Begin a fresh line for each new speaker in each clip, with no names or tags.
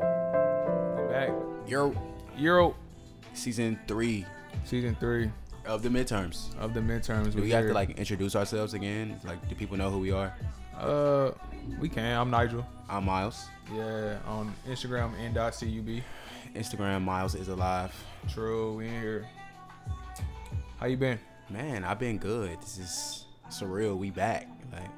Back
Euro
Euro
season three
season three
of the midterms.
of the midterms. was
Do we have
here.
to like introduce ourselves again? Like, do people know who we are?
uh, we can. I'm Nigel.
I'm Miles.
Yeah, on Instagram n.cub.
Instagram Miles is alive.
True, we in here. How you been?
Man, I've been good. This is surreal. We back. Like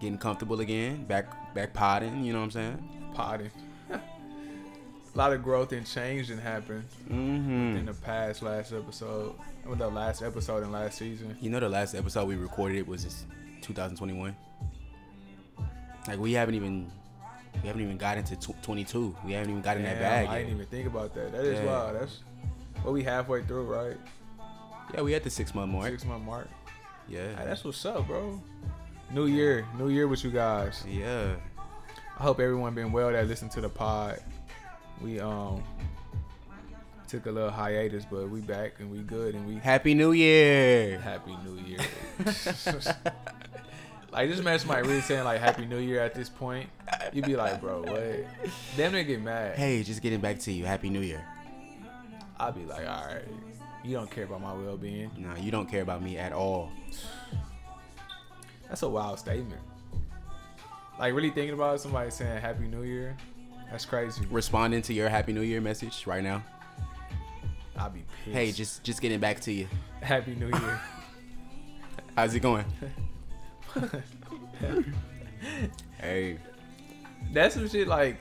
getting comfortable again. Back back potting, you know what I'm saying?
Potting. A lot of growth and change that happened in
Mm-hmm.
the past last episode, with the last episode and last season.
You know the last episode we recorded was this 2021. Like we haven't even we haven't even gotten to tw 22. We haven't even gotten that
Damn,
bag.
I
yet.
didn't even think about that. That is
Yeah.
wild. That's what we halfway through, right?
Yeah, we at the six month mark.
Six month mark. Hey,
Yeah.
that's what's up, bro. New year, new year with you guys.
Yeah.
I hope everyone been well that listened to the pod. We um took a little hiatus, but we back and we good and we
Happy New Year.
happy new year. like this match might really saying like happy new year at this point. You'd be like, bro, what? Damn they get mad.
Hey, just getting back to you. Happy New Year.
I'd be like, all right, you don't care about my well being.
No, you don't care about me at all.
That's a wild statement. Like really thinking about it, somebody saying happy new year. That's crazy.
Responding to your Happy New Year message right now.
I'd be pissed.
Hey, just just getting back to you.
happy new year.
How's it going? hey.
That's some shit like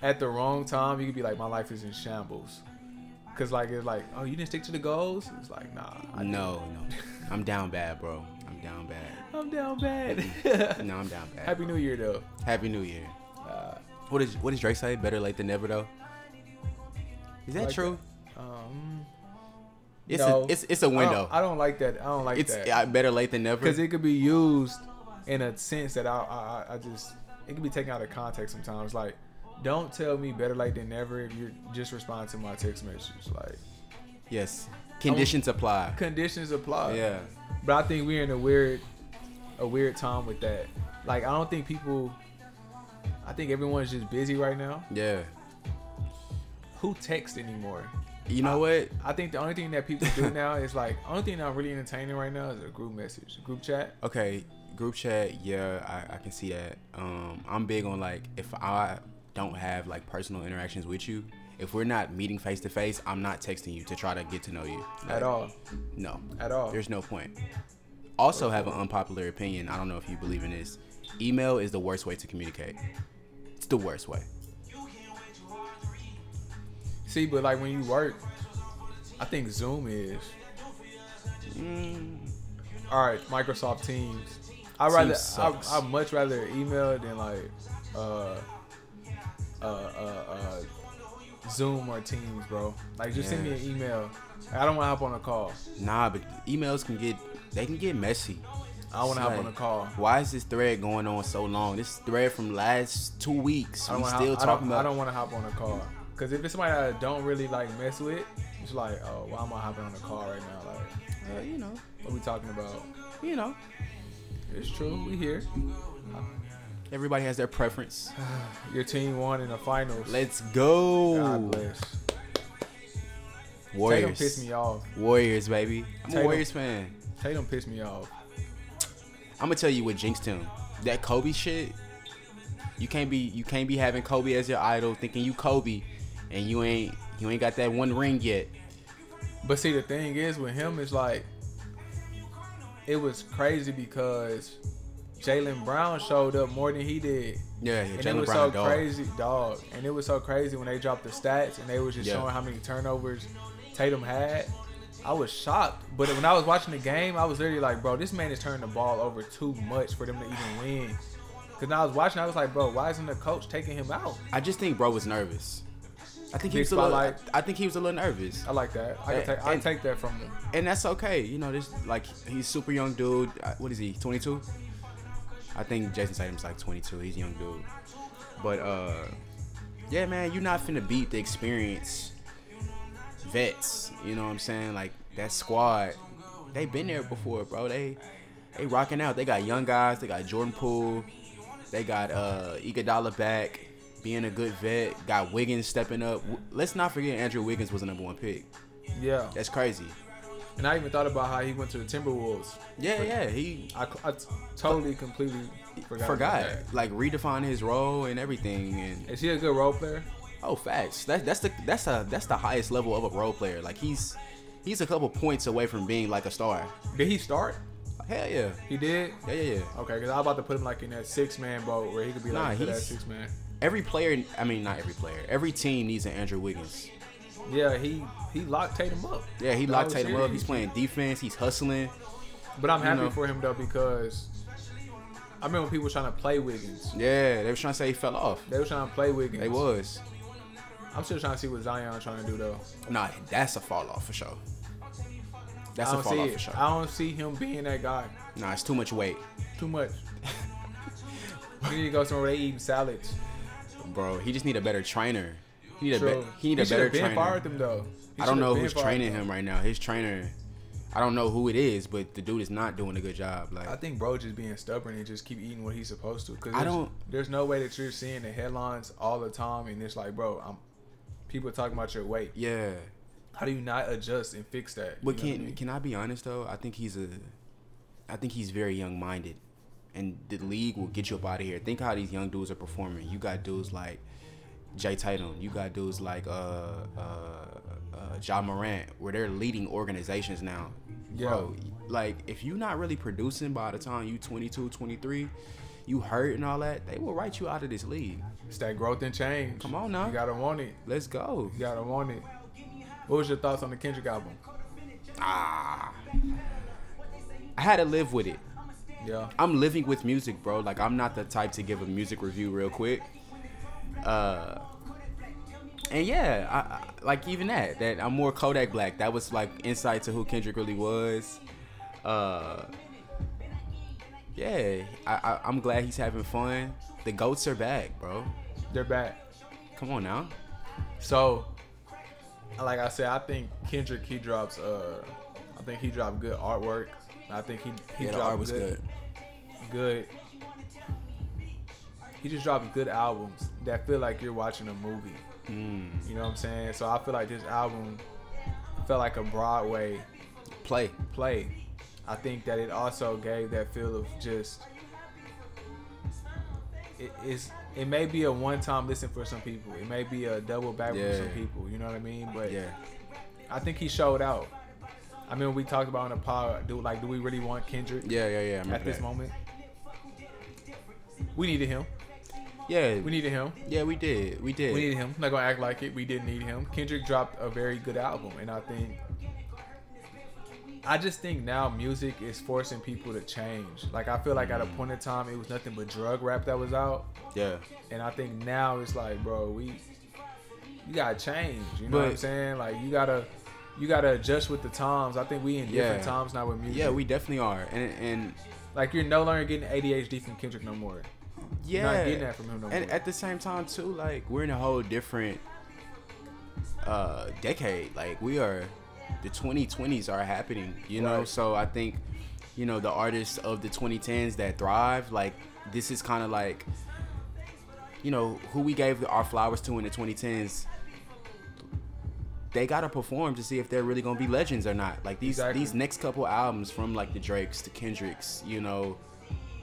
at the wrong time you could be like my life is in shambles. Cause like it's like, oh you didn't stick to the goals? It's like nah. I
No, no. I'm down bad, bro. I'm down bad.
I'm down bad.
No, I'm down bad.
Happy New Year though.
Happy New Year.
Uh,
What is what does Drake say? Better late than never though. Is that
Like
true?
um
It's
no. Oh,
a it's it's a
I
window.
don't, I don't like that. I don't like
it's
that.
uh, better late than never.
Because it could be used in a sense that I, I I- I just it could be taken out of context sometimes. Like, don't tell me better late than never if you're just responding to my text messages. Like
yes. Conditions apply.
conditions apply.
Yeah.
But I think we're in a weird, a weird time with that. Like I don't think people. I think everyone's just busy right now.
Yeah.
Who texts anymore?
You know what?
I think the only thing that people do now is like only thing I'm really entertaining right now is a group message, group chat.
Okay, group chat. Yeah, I, I can see that. Um, I'm big on like if I don't have like personal interactions with you, if we're not meeting face to face, I'm not texting you to try to get to know you
At
Like,
all,
No,
at all.
there's no point. Also, have an unpopular opinion. I don't know if you believe in this. Email is the worst way to communicate. It's the worst way.
See, but like when you work, I think Zoom is. Mm. All right, Microsoft Teams. I rather, I,
sucks.
I much rather email than like, uh, uh, uh, uh, Zoom or Teams, bro. Like, just send me an email. Like, I don't want to hop on a call.
Nah, but emails can get they can get messy.
I don't want to
It's
hop on a
like,
call.
Why is this thread going on so long? This thread from last two weeks.
I don't
We
wanna
still
hop, I
talking
don't-
about.
I don't want to hop on a call because if it's somebody that I don't really like mess with, it's like, oh, why am I hopping on a call right now? Like,
Uh, you know,
what we talking about?
you know.
It's true. We here.
Everybody has their preference.
Your team won in the finals.
Let's go,
God bless. Tatum
Warriors.
pissed me off.
Warriors, baby. I'm
Tatum.
a Warriors fan.
Tatum pissed me off.
I'm gonna tell you what jinxed him. That Kobe shit. You can't be you can't be having Kobe as your idol, thinking you Kobe, and you ain't you ain't got that one ring yet.
But see, the thing is with him is like, it was crazy because Jalen Brown showed up more than he did,
Yeah, yeah.
and it
Jalen
was
Brown,
so
dog.
crazy, dog. And it was so crazy when they dropped the stats and they was just
Yeah.
showing how many turnovers Tatum had. I was shocked, but when I was watching the game, I was literally like, bro, this man is turning the ball over too much for them to even win. Cause when I was watching, I was like, bro, why isn't the coach taking him out?
I just think bro was nervous. I think he
Big
was a little. I
spotlight.
I think he was a little nervous,
I like that. I can
Uh,
take, I
and-
take that from him.
and that's okay. You know, this like he's super young dude. Uh, What is he? 22? I think Jason Tatum's like 22. He's a young dude, but uh, yeah, man, you're not finna beat the experience vets. You know what I'm saying? Like that squad, they been there before, bro. They they rocking out. They got young guys. They got Jordan Poole. They got uh Iguodala back, being a good vet. Got Wiggins stepping up. W- Let's not forget Andrew Wiggins was the number one pick.
Yeah.
That's crazy.
And I even thought about how he went to the Timberwolves.
Yeah, yeah. He
I, I t- totally, completely forgot.
forgot,
about that.
like redefine his role and everything. And
Is he a good role player?
oh, facts. That, that's the that's a that's the highest level of a role player. Like he's he's a couple points away from being like a star.
Did he start?
Hell yeah,
He did.
yeah, yeah, yeah.
Okay, because I was about to put him like in that six man boat where he could be
Nah,
like nah, that
he's-
six man.
Every player, I mean, not every player. Every team needs an Andrew Wiggins.
Yeah, he he locked Tatum up.
Yeah, he
The
locked
whole
Tatum up.
series.
He's playing defense. He's hustling.
But I'm happy
know.
for him though because I remember people trying to play Wiggins.
Yeah, they was trying to say he fell off.
They were trying to play Wiggins.
They was.
I'm still trying to see what Zion trying to do though.
Nah, that's a fall off for sure. That's
I don't
a
see
fall off
it.
for sure.
I don't see him being that guy.
Nah, it's too much weight,
Too much. he need to go somewhere where they eating salads.
bro. He just need a better trainer. He need a
True.
be- he need a
should
better
have been
trainer.
fired him though. He
I don't
should have
know
been
who's
fired
training
him.
him right now. His trainer, I don't know who it is, but the dude is not doing a good job.
I
Like,
think bro just being stubborn and just keep eating what he's supposed to. Cause
I
there's-
don't-
There's no way that you're seeing the headlines all the time, and it's like, bro, I'm. People talking about your weight.
yeah.
How do you not adjust and fix that?
But
You know what I
can
mean?
can I be honest though? I think he's a, I think he's very young minded, and the league will get you up out of here. Think how these young dudes are performing. You got dudes like Jay Tatum. You got dudes like uh uh, uh Ja Morant, where they're leading organizations now.
Yeah.
Bro, like if you're not really producing by the time you 22, 23, you hurt and all that, they will write you out of this league.
It's that growth and change.
Come on now.
You gotta want it.
Let's go.
You gotta want it. What was your thoughts on the Kendrick album?
Ah. I had to live with it.
Yeah.
I'm living with music, bro. Like I'm not the type to give a music review real quick. Uh and yeah, I, I like even that. That I'm more Kodak Black. That was like insight to who Kendrick really was. Uh Yeah, I, I I'm glad he's having fun. The goats are back, bro.
They're back.
Come on now.
So, like I said, I think Kendrick he drops. Uh, I think he dropped good artwork. I think he he
Yeah, the
dropped
art was good.
good. He just dropped good albums that feel like you're watching a movie.
Hmm.
You know what I'm saying? So I feel like this album felt like a Broadway
Play.
play. I think that it also gave that feel of just it is it may be a one time listen for some people. It may be a double back for
Yeah.
some people. You know what I mean? But
Yeah.
I think he showed out. I mean, we talked about on the pod. Do like, do we really want Kendrick
Yeah, yeah, yeah. I remember
at this
that.
moment? We needed him.
Yeah.
We needed him.
yeah, we did. We did.
We needed him. Not gonna act like it. We didn't need him. Kendrick dropped a very good album, and I think I just think now music is forcing people to change. Like I feel like at a
Mm.
point in time it was nothing but drug rap that was out,
yeah.
and I think now it's like, bro, we you gotta change. You know what I'm
But-
saying? Like you gotta you gotta adjust with the times. I think we in different
Yeah.
times now with music.
Yeah, we definitely are. And and
like you're no longer getting ADHD from Kendrick no more.
yeah,
not getting that from him no
and
more.
at the same time too, like we're in a whole different uh decade. Like we are, the 2020s are happening. You know,
Right.
so I think you know the artists of the 2010s that thrive. Like this is kind of like you know who we gave our flowers to in the 2010s. They gotta perform to see if they're really gonna be legends or not. Like these
Exactly.
these next couple albums from like the Drakes, the Kendricks, you know,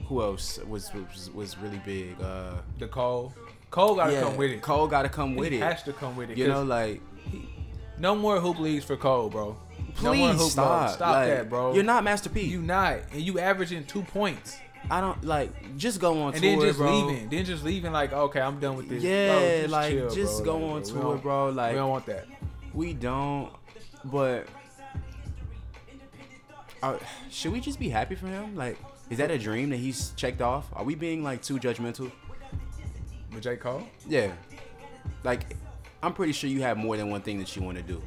who else was was, was really big? Uh,
The Cole, Cole gotta come with it.
Cole gotta come with
he
it.
has to come with it.
you
'cause
know, like
No more hoop leagues for Cole, bro.
please
no more hoop leagues.
stop,
Stop
Like,
that, bro.
You're not Master P.
You not, and you averaging two points,
I don't like just go on
and
tour,
then just
bro.
leaving, then just leaving. Like, okay, I'm done with this.
Yeah,
bro, just
like,
chill,
just
bro.
go on
we
tour,
don't-
bro, like-
we don't want that.
We don't, but are, should we just be happy for him? Like, is that a dream that he's checked off? Are we being like too judgmental?
But J Cole,
Yeah, like I'm pretty sure you have more than one thing that you want to do.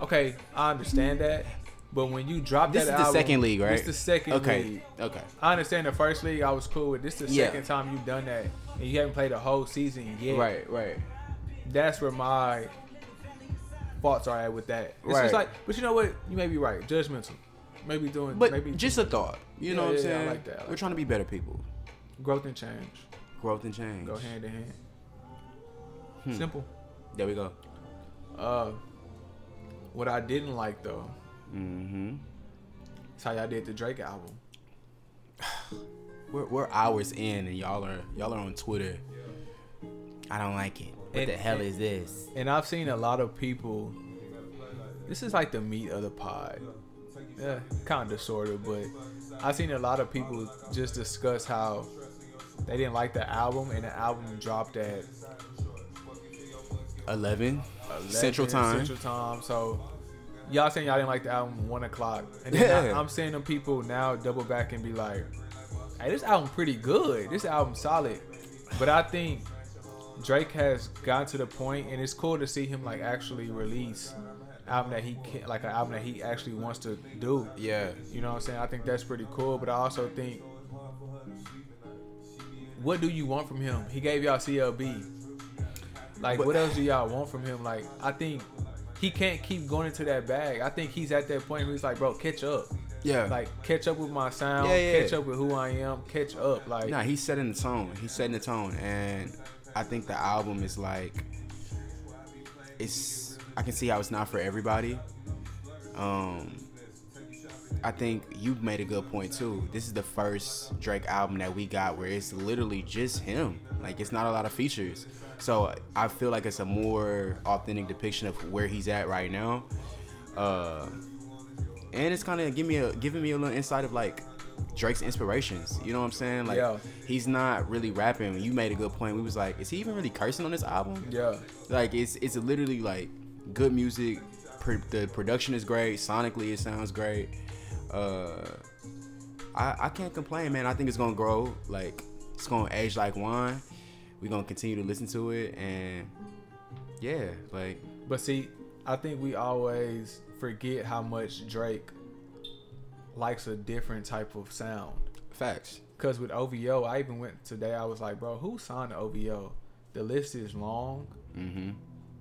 Okay, I understand that. But when you drop
This
that
is the
album-
second league, right?
This the second
Okay.
league.
Okay.
I understand the first league I was cool with. This the
Yeah.
second time you've done that, and you haven't played a whole season yet.
Right. Right.
That's where my faults are at with that. It's
Right.
just like, but you know what? You may be right. Judgmental. Maybe doing,
But
maybe
just a thought. You know
Yeah,
what I'm
yeah, yeah, I
saying?
like that, I like
We're trying to be better people.
growth and change
Growth and change.
go hand in hand.
Hmm.
Simple.
There we go.
Uh, what I didn't like though
Mm-hmm.
is how y'all did the Drake album.
We're, we're hours in and y'all are y'all are on Twitter. I don't like it. What
And-
the hell
and-
is this?
And I've seen a lot of people. This is like the meat of the pod. Yeah, kind of, sort of, but I've seen a lot of people just discuss how they didn't like the album and the album dropped at
11?
11
Central Time.
Central Time. So y'all saying y'all didn't like the album one o'clock, and then
Yeah.
I, I'm seeing them people now double back and be like, "Hey, this album pretty good. This album solid." But I think Drake has gotten to the point, and it's cool to see him like actually release album that he can, like an album that he actually wants to do.
Yeah.
You know what I'm saying? I think that's pretty cool, but I also think what do you want from him? He gave y'all CLB. Like
But-
what else do y'all want from him? Like I think he can't keep going into that bag. I think he's at that point where he's like, bro, catch up.
Yeah.
Like catch up with my sound,
Yeah, yeah,
catch
yeah.
up with who I am, catch up. Like
Nah, he's setting the tone. He's setting the tone, and I think the album is like, it's. I can see how it's not for everybody. Um, I think you made a good point too. This is the first Drake album that we got where it's literally just him. Like it's not a lot of features, so I feel like it's a more authentic depiction of where he's at right now. Uh, and it's kind of give me a giving me a little insight of like Drake's inspirations. You know what I'm saying? Like
Yeah.
he's not really rapping. You made a good point. We was like, is he even really cursing on this album?
yeah.
Like it's it's literally like good music. Pr- the production is great. Sonically, it sounds great. Uh, I I can't complain, man. I think it's gonna grow. Like it's gonna age like wine. We're gonna continue to listen to it, and yeah, like
But see, I think we always forget how much Drake likes a different type of sound.
facts.
Cause with OVO, I even went today. I was like, bro, who signed to OVO? The list is long.
Mm-hmm.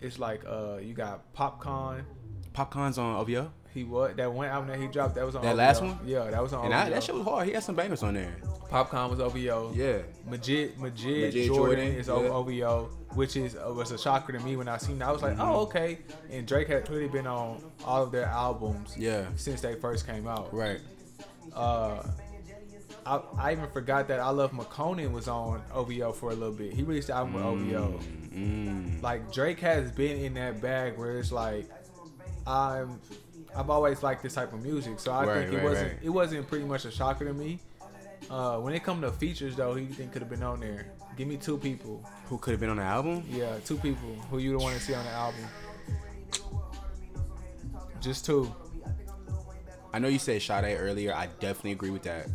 It's like uh, you got Popcorn.
Popcorn's on OVO.
He what? That one album that he dropped. That was on
That
OVO.
last one?
Oh, Yeah, that was on.
And
OVO.
I, that shit was hard. He had some bangers on there.
Popcorn was OVO.
Yeah.
Majid Majid,
Majid
Jordan,
Jordan,
is
yeah.
OVO, which is uh, was a shocker to me when I seen. that. I was like,
Mm-hmm.
oh okay. And Drake had clearly been on all of their albums.
Yeah.
Since they first came out.
Right.
uh I, I even forgot that I Love McConan was on OVO for a little bit. He released the album with OVO.
Mm.
Like Drake has been in that bag where it's like I'm I've always liked this type of music. So I
Right,
think it
right,
wasn't
right.
it wasn't pretty much a shocker to me. Uh when it come to features though, who you think could have been on there? Give me two people.
Who could have been on the album?
Yeah, two people who you would want to see on the album. Just two.
I know you said Sade earlier. I definitely agree with that.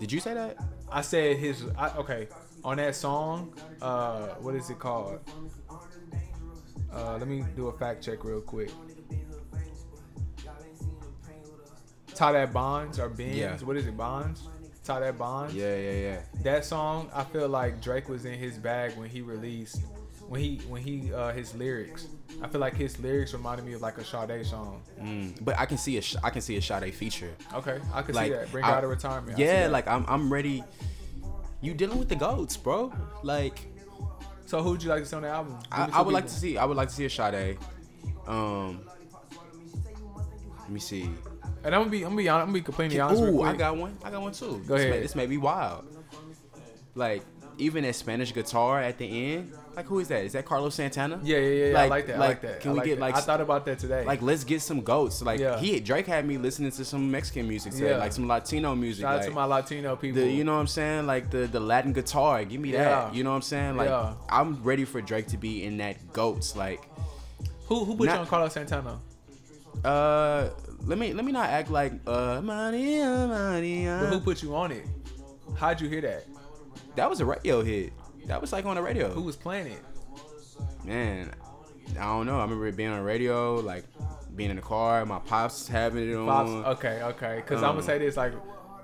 Did you say that?
I said his I, okay on that song. Uh, what is it called? Uh, let me do a fact check real quick. Tie that bonds or Benz?
Yeah.
What is it? Bonds? Tie that bonds?
Yeah, yeah, yeah.
That song, I feel like Drake was in his bag when he released, when he when he uh, his lyrics. I feel like his lyrics reminded me of like a Sade song.
Mm. But I can see a Sh- I can see a Sade feature.
Okay, I could
Like
see that. Bring
I-
out a retirement. I see
Yeah,
that.
like I'm I'm ready. You dealing with the goats, bro. Like
So who would you like to see on the album? Give
I,
me two
I would like to
people.
see I would like to see a Sade. Um, let me see.
And I'm gonna be I'm gonna be honest, I'm gonna be completely honest. real
Ooh,
quick.
I got one. I got one too.
Go
this May,
ahead.
this may be wild. Like even that Spanish guitar at the end. Like who is that? Is that Carlos Santana?
Yeah, yeah, yeah. I
Like-
like that. I
like,
like that.
can
I
we
like
get,
that.
like,
I thought about that today.
Like let's get some goats. Like
Yeah.
he Drake had me listening to some Mexican music, today,
Yeah.
like some Latino music.
shout out to
like,
my Latino people.
the, you know what I'm saying? Like the the Latin guitar, give me
Yeah.
that. You know what I'm saying? Like
Yeah.
I'm ready for Drake to be in that goats. Like
who who put
not-
you on Carlos Santana?
uh, let me let me not act like uh Maria
But who
Maria.
put you on it? How'd you hear that?
That was a radio hit. That was like on the radio.
Who was playing it?
man, I don't know. I remember it being on the radio, like being in the car, my pops having it on.
Pops, uh, okay, okay. Because I'm
Uh, Um,
gonna say this like.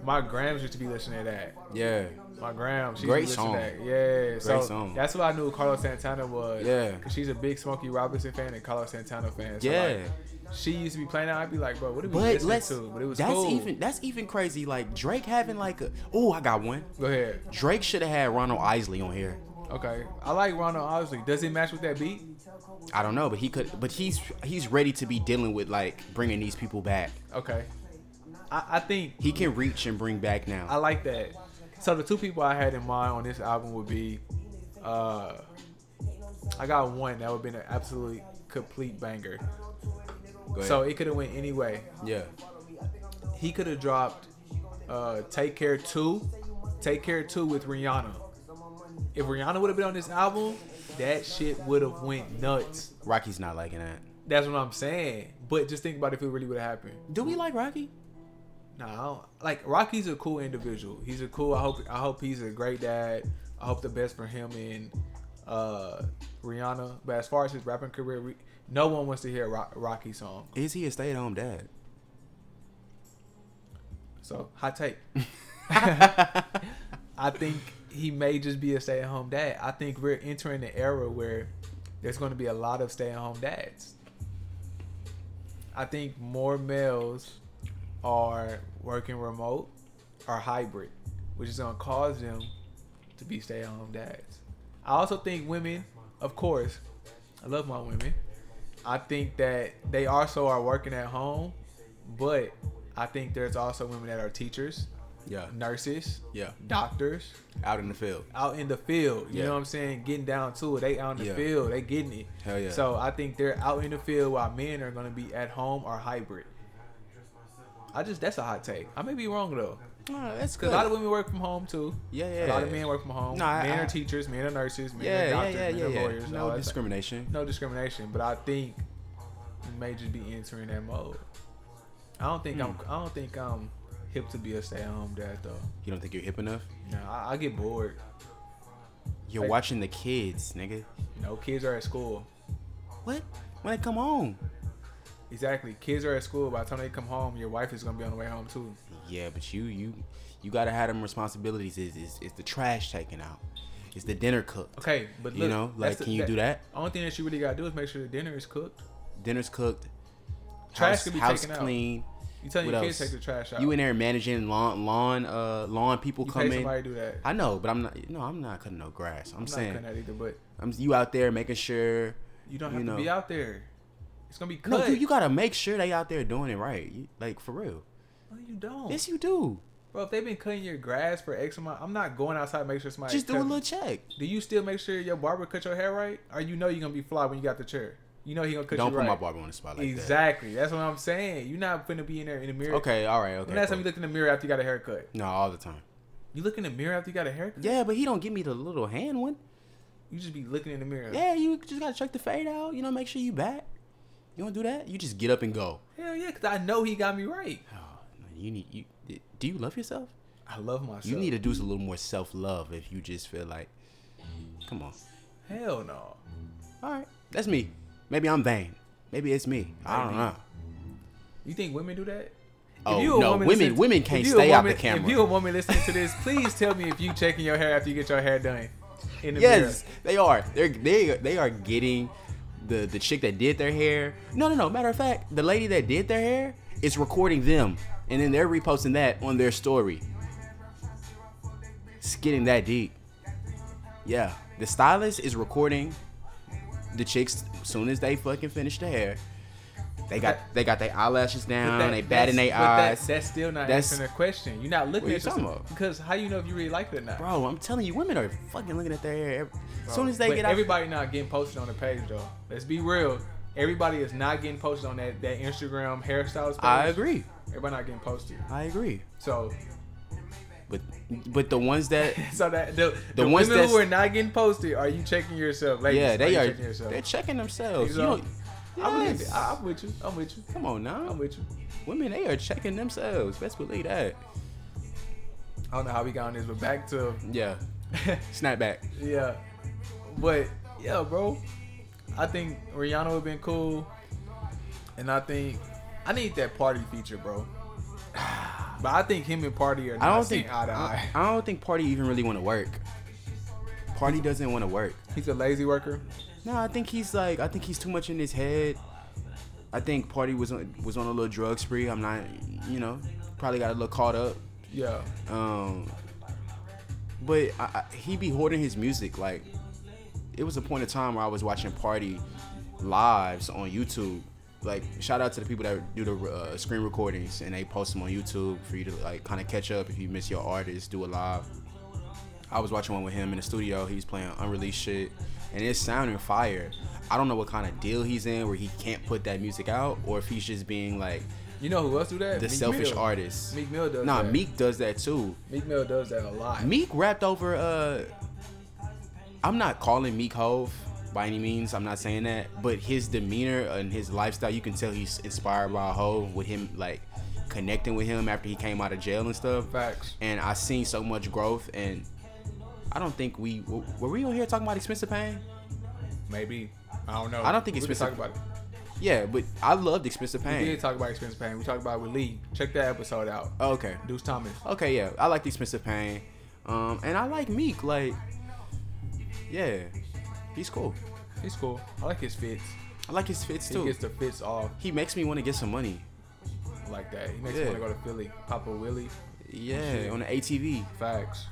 My grams used to be listening to that.
Yeah,
My gram, she
Great
used to listen to that.
song.
Yeah, so
song.
that's what I knew Carlos Santana was.
Yeah.
because she's a big Smokey Robinson fan and Carlos Santana fan. So
yeah.
like, she used to be playing that. I'd be like, bro, what are we
But
listening
let's.
to? But it was
that's
cool.
even that's even crazy. Like Drake having like a. Oh, I got one.
Go ahead.
Drake should have had Ronald Isley on here.
Okay, I like Ronald Osley. Does it match with that beat?
I don't know, but he could. But he's he's ready to be dealing with like bringing these people back.
Okay, I, I think
He can reach and bring back now.
I like that. So the two people I had in mind on this album would be, uh, I got one that would have been an absolutely complete banger.
Go ahead.
So it could have went any way.
yeah,
He could have dropped, uh, Take Care Two, Take Care Two with Rihanna. If Rihanna would have been on this album, that shit would have went nuts.
Rocky's not liking that.
That's what I'm saying. But just think about if it really would have happened.
Do we like Rocky?
No, I don't, like Rocky's a cool individual. He's a cool. I hope. I hope he's a great dad. I hope the best for him and uh, Rihanna. But as far as his rapping career, we, no one wants to hear a Rock, Rocky song.
Is he a stay-at-home dad?
So hot take. I think he may just be a stay-at-home dad. I think we're entering an era where there's going to be a lot of stay-at-home dads. I think more males are working remote or hybrid, which is going to cause them to be stay-at-home dads. I also think women, of course, I love my women. I think that they also are working at home, but I think there's also women that are teachers,
Yeah,
nurses,
yeah.
doctors,
Out in the field.
out in the field. You
Yeah.
know what I'm saying? Getting down to it. They out in the
Yeah.
field. They getting it.
Hell yeah.
So I think they're out in the field while men are gonna be at home or hybrid. I just that's a hot take. I may be wrong though.
Oh, that's
Cause a lot of women work from home too.
Yeah,
A lot of
yeah.
men work from home.
No, I-
men
I-
are teachers, men are nurses, men
yeah,
are
yeah,
doctors,
yeah, yeah,
men
yeah.
are lawyers. all
No
that stuff
discrimination.
no discrimination, but I think we may just be entering that mode. I don't think I'm.
Hmm.
I don't think I'm hip to be a stay-at-home dad though.
You don't think you're hip enough?
Nah, I, I get bored.
You're
Like-
watching the kids, nigga.
You know, kids are at school.
What? When they come home?
Exactly, kids are at school. By the time they come home, your wife is gonna be on the way home too.
Yeah, but you you you gotta have them responsibilities. Is is is the trash taken out? Is the dinner cooked?
Okay, but
You
look,
know,
that's
like,
the-
can you do that?
Only thing that you really gotta do is make sure the dinner is cooked.
Dinner's cooked.
Trash
house,
could be
house
taken out.
clean.
You telling
What
your kids
else?
take the trash out.
You in there managing lawn lawn uh lawn people
you pay
coming.
somebody to do that.
I know, but I'm not. No, I'm not cutting no grass. I'm,
I'm not
saying
cutting that either, but
I'm you out there making sure.
you don't have
You
to
know.
be out there. It's gonna be cut.
No, you, you gotta make sure they out there doing it right. You, like for real.
No, you don't.
Yes, you do.
Bro, if they've been cutting your grass for X amount, I'm not going outside to make sure somebody.
Just do a
cut-
little check.
Do you still make sure your barber cut your hair right, or you know you're gonna be fly when you got the chair? You know he gonna cut
Don't
you
put
right.
my barber on the spot like
exactly. That's what I'm saying. You're not gonna be in there in the
that.
mirror.
Okay, all right, okay.
When last time
cool.
you looked in the mirror after you got a haircut?
no, all the time.
You look in the mirror after you got a haircut?
Yeah, but he don't give me the little hand one.
You just be looking in the mirror.
Yeah, you just gotta check the fade out. You know, make sure you back. You don't do that. You just get up and go.
Hell yeah, cause I know he got me right.
Oh, man, you need you. Do you love yourself?
I love myself.
You need to do a little more self love if you just feel like. Come on.
Hell no.
All right, that's me. Maybe I'm vain. Maybe it's me. I don't
Maybe.
know.
You think women do that?
Oh,
If you a
no,
woman
women-
listening
women
if
can't
you a
stay out
woman-
the camera.
If you a woman listening to this, please tell me if you checking your hair after you get your hair done. In the
Yes, they are. They're they they are getting the the chick that did their hair. No, no, no. Matter of fact, the lady that did their hair is recording them, and then they're reposting that on their story. It's getting that deep. Yeah, the stylist is recording the chicks soon as they fucking finish the hair. They got they got their eyelashes
But
down.
that-
they batting
that's-
their
but that-
eyes.
that's still not
That's-
answering the question. You're not looking
What you
at yourself
talking about?
because how you know if you really like it or not?
Bro, I'm telling you, women are fucking looking at their hair. every- As soon as they
But
get out,
everybody not getting posted on the page though. Let's be real. Everybody is not getting posted on that, that Instagram hairstyles page.
I agree.
Everybody not getting posted.
I agree.
So
But but the ones that
so that the, the,
ones
women who
that's-
are not getting posted, are you checking yourself? Ladies,
yeah they
you
are
checking yourself.
they're checking themselves. You don't,
Exactly. I believe it.
Yes.
I, I'm with you. I'm with you.
Come on
I'm
now,
with you.
women they are checking themselves. Best believe that.
I don't know how we got on this, but back to
Yeah, snap back.
Yeah. But yeah, bro. I think Rihanna would have been cool, and I think I need that party feature, bro. But I think him and Party are not
I don't
seeing
think
eye to eye.
I, I don't think Party even really want to work. Party doesn't want to work.
He's a lazy worker.
No, I think he's like I think he's too much in his head. I think Party was on was on a little drug spree. I'm not, you know, probably got a little caught up.
Yeah.
Um, but I, I, he be hoarding his music. Like it was a point in time where I was watching Party lives on YouTube. Like shout out to the people that do the uh, screen recordings and they post them on YouTube for you to like kind of catch up if you miss your artist. Do a live. I was watching one with him in the studio. He's playing unreleased shit, and it's sounding fire. I don't know what kind of deal he's in where he can't put that music out, or if he's just being like
You know who else do that?
the selfish
Mill.
artist.
Meek Mill does
Nah,
that.
Meek does that too.
Meek Mill does that a lot.
Meek rapped over. uh I'm not calling Meek Hove by any means. I'm not saying that, but his demeanor and his lifestyle, you can tell he's inspired by Hove with him like connecting with him after he came out of jail and stuff.
Facts.
And I seen so much growth, and I don't think we were were we on here talking about expensive pain.
Maybe. I don't know.
I don't think it's
we
been-
talk about it.
Yeah, but I loved expensive
We
pain.
did talk about expensive pain. We talked about it with Lee. Check that episode out. Uh,
Oh, okay.
Deuce Thomas.
Okay, yeah, I like the expensive pain, um, and I like Meek. Like, yeah, he's cool.
He's cool. I like his fits.
I like his fits
He
too.
gets the fits off
he makes me want to get some money.
like that. He makes
Yeah.
me want to go to Philly. Papa Willie.
Yeah, on the ATV.
Facts.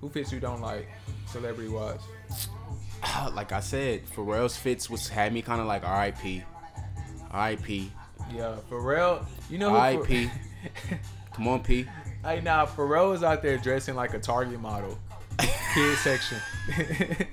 Who fits you don't like, celebrity wise?
like I said, Pharrell's fits was had me kind of like R.I.P. R.I.P.
Yeah, Pharrell. You know who?
R.I.P.. Come on, P.
hey, nah, Pharrell is out there dressing like a Target model. Kid section.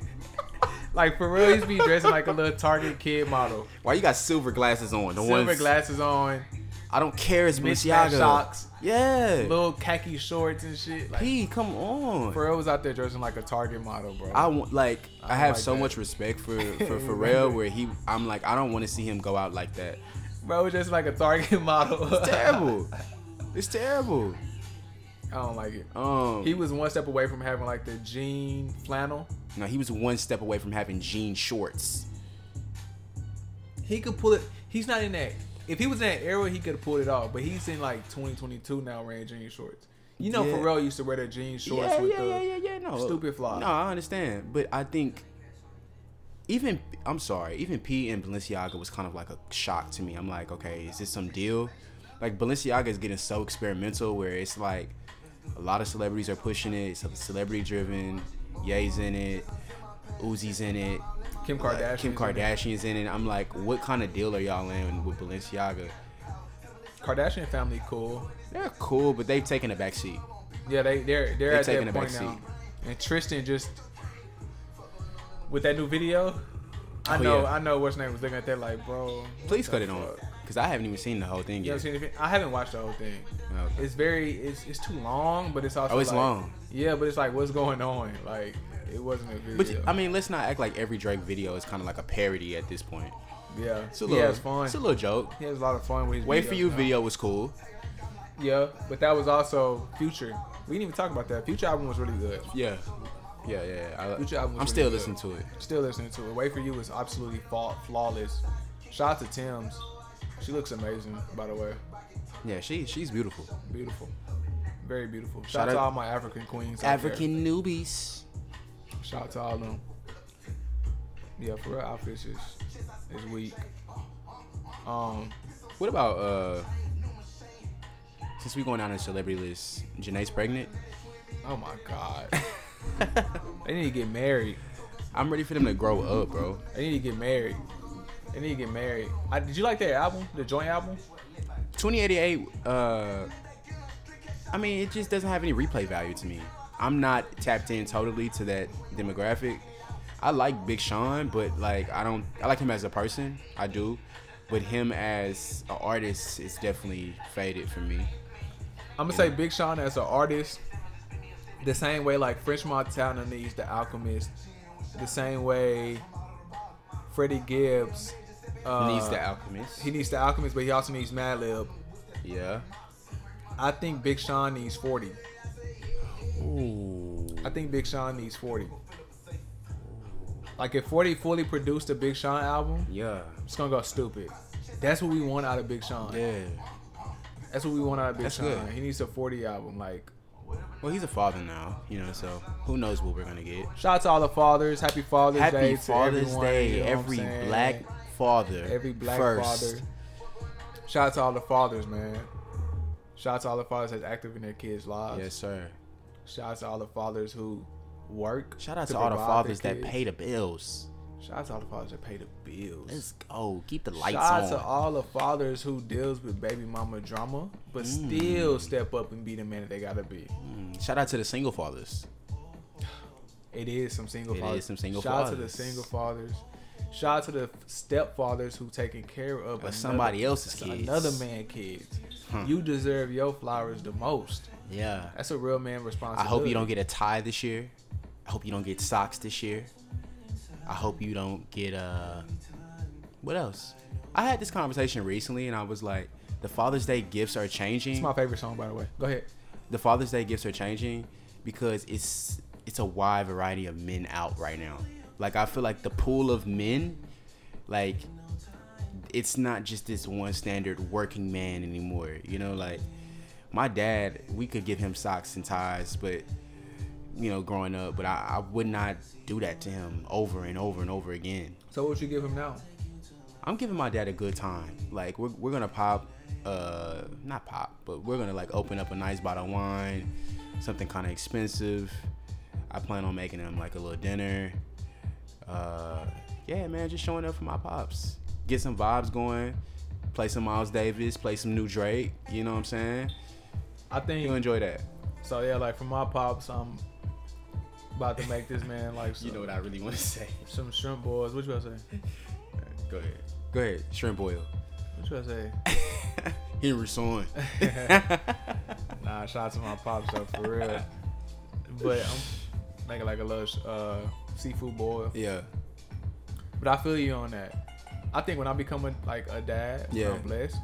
like Pharrell used to be dressing like a little Target kid model.
Why you got silver glasses on? The
Silver
ones
glasses on,
I don't care. It's
mismatched
Balenciaga.
socks,
Yeah,
little khaki shorts and shit. Like
P. Come on.
Pharrell was out there dressing like a Target model, bro.
I want like I, have
like
so
that.
much respect for for Pharrell where he I'm like I don't want to see him go out like that.
bro was just like a Target model.
Terrible. it's terrible.
I don't like it.
Um,
He was one step away from having like the jean flannel.
no, he was one step away from having jean shorts.
He could pull it. He's not in that. If he was in that era, he could have pulled it off. But he's in like 2022 now wearing jean shorts. You know,
Yeah.
Pharrell used to wear the jean shorts
yeah,
with
yeah,
the.
yeah, yeah, yeah, no.
stupid fly.
No, I understand, but I think even I'm sorry, even P and Balenciaga was kind of like a shock to me. I'm like, okay, is this some deal? Like Balenciaga is getting so experimental where it's like a lot of celebrities are pushing it. It's celebrity driven. Ye's in it. Uzi's in it.
Kim
like,
Kardashian.
Kim Kardashian's in it. I'm like, what kind of deal are y'all in with Balenciaga?
Kardashian family cool.
They're cool, but they've taken a backseat.
Yeah, they they're they're at
taking
that
a
point
back
now. And Tristan just with that new video. I
Oh,
know,
yeah.
I know. What's name was looking at that like, bro. what
Please
the
cut it on,
fuck?
cause I haven't even seen the whole thing
You
yet. Oh,
haven't seen anything? I haven't watched the whole thing.
Okay.
It's very, it's it's too long, but it's also
Oh, it's
like-
long.
Yeah, but it's like, what's going on? Like, it wasn't a video.
But I mean, let's not act like every Drake video is kind of like a parody at this point.
yeah,
It's a
he
little,
has fun.
It's a little joke.
He has a lot of fun with his.
Wait for
videos
You
now.
video was cool.
Yeah, but that was also Future. We didn't even talk about that. Future album was really good.
Yeah, yeah, yeah. yeah. I,
Future album was
I'm
really
still
good.
listening to it.
Still listening to it. Wait for You is absolutely fa- flawless. Shout out to Tim's. She looks amazing, by the way.
Yeah, she she's beautiful.
Beautiful. Very beautiful. Shout,
Shout
out to
out-
all my African queens. out there.
African newbies.
Shout out to all them. Yeah, for real, outfits is, is weak. Um,
What about uh? Since we going down the celebrity list, Janae's pregnant.
oh my God. they need to get married.
I'm ready for them to grow up, bro.
They need to get married. They need to get married. I, did you like their album, the joint album?
2088. Uh, I mean, it just doesn't have any replay value to me. I'm not tapped in totally to that demographic. I like Big Sean, but like I don't. I like him as a person. I do, but him as an artist is definitely faded for me.
I'm gonna say Big Sean as an artist, the same way like French Montana needs the Alchemist, the same way Freddie Gibbs uh,
He needs the Alchemist.
He needs the Alchemist, but he also needs Madlib.
yeah.
I think Big Sean needs 40.
Ooh.
I think Big Sean needs 40. Like if 40 fully produced a Big Sean album,
Yeah.
it's gonna go stupid. That's what we want out of Big Sean.
Yeah.
That's what we want out of Big
That's
Sean.
good.
He needs a 40 album. Like
Well, he's a father now, you know, so who knows what we're gonna get.
shout out to all the fathers. Happy Father's Day.
Happy
to
Father's
everyone,
Day,
you know what I'm
every
saying?
black father.
every black
first.
father. Shout out to all the fathers, man. Shout out to all the fathers that's active in their kids' lives.
Yes, sir.
Shout out to all the fathers who work.
Shout out to, all the
provide their
fathers that
kids.
pay the bills.
Shout out to all the fathers that pay the bills.
Let's go. Keep the lights
Shout out
on.
to all the fathers who deals with baby mama drama, but still step up and be the man that they gotta be.
Mm, Shout out to the single fathers.
It is some single
It is
fathers.
some single
Shout out to the
fathers.
single fathers. Shout out to the stepfathers who taking care of another-
somebody else's kids.
Another man kids. You deserve your flowers the most.
Yeah.
That's a real man
I
responsibility.
hope you don't get a tie this year. I hope you don't get socks this year. I hope you don't get uh what else? I had this conversation recently and I was like, the Father's Day gifts are
It's
changing.
my favorite song, by the way. Go ahead.
the Father's Day gifts are changing because it's it's a wide variety of men out right now. Like I feel like the pool of men, like it's not just this one standard working man anymore. You know, like my dad, we could give him socks and ties, but you know, growing up, but I, I would not do that to him over and over and over again.
So what would you give him now?
I'm giving my dad a good time. Like we're, we're gonna pop, uh, not pop, but we're gonna like open up a nice bottle of wine, something kind of expensive. I plan on making him like a little dinner. Uh, yeah, man, just showing up for my pops. Get some vibes going. Play some Miles Davis. Play some new Drake. You know what I'm saying?
I think
You enjoy that.
so. Yeah, like for my pops, I'm about to make this man like some,
You know what I really want to say.
some shrimp boys. What you gonna say?
Go ahead. Go ahead. Shrimp oil.
What you gonna say?
Henry Soin.
Nah, shout out to my pops though, for real. But I'm making like a little uh, seafood boil.
yeah.
But I feel you on that. I think when I become a, like a dad, yeah.
Yeah.
I'm blessed.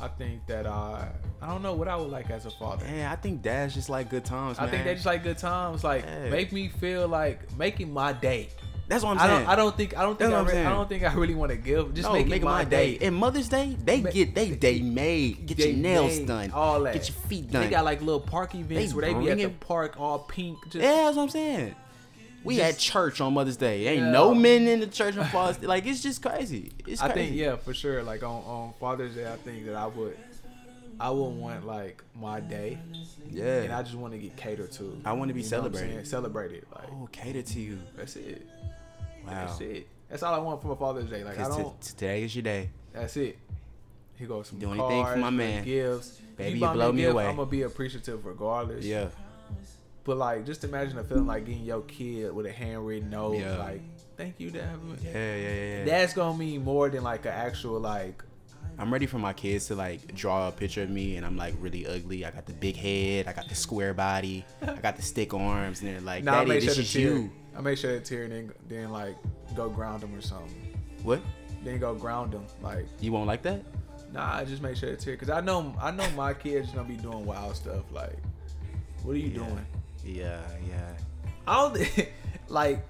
I think that I I don't know what I would like as a father.
Man, I think dads just like good times.
I think
man.
they just like good times. Like
Yeah.
make me feel like making my day.
That's what I'm
I
saying.
don't. I don't think. I don't think.
That's
I,
what I'm
re- I
saying.
don't think I really want to give. Just
no,
make,
make,
it
my day. And Mother's Day, they
Ma-
get they day made. Get
They
your nails
made
done.
All that.
Get your feet done.
They got like little park events
They
where they be at the
bringing-
park all pink. Just
yeah, that's what I'm saying. We at
Just-
church on Mother's Day. Ain't
Yeah.
no men in the church on Father's Day. Like it's just crazy. It's
I
crazy.
think yeah, for sure. Like on on Father's Day, I think that I would. I would want like my day,
Yeah.
and I just want to get catered to.
I wanna be
You know what I'm
celebrated.
saying? Celebrated, like
oh, cater to you.
that's it.
Wow.
That's it. That's all I want from a Father's Day. Like I
'Cause
don't.
t- today is your day.
That's it. He goes some
Do
cards,
anything for my
some
man.
gifts.
Baby,
he
you
buy
blow me
a gift,
away.
I'm gonna be appreciative regardless.
Yeah.
But like, just imagine a feeling like getting your kid with a handwritten note,
Yeah.
like "Thank you, Dad."
Yeah, yeah, yeah. yeah.
That's gonna mean more than like an actual like.
I'm ready for my kids to like draw a picture of me, and I'm like really ugly. I got the big head, I got the square body, I got the stick arms, and they're like,
Nah, I
"Daddy,
make sure
this
to
is
tear.
you."
I make sure to tear and then then like go ground them or something.
What?
Then go ground them. Like,
You won't like that?
nah, I just make sure to tear because I know I know my kids gonna be doing wild stuff. Like, what are you doing?
Yeah, yeah.
I don't thi- like.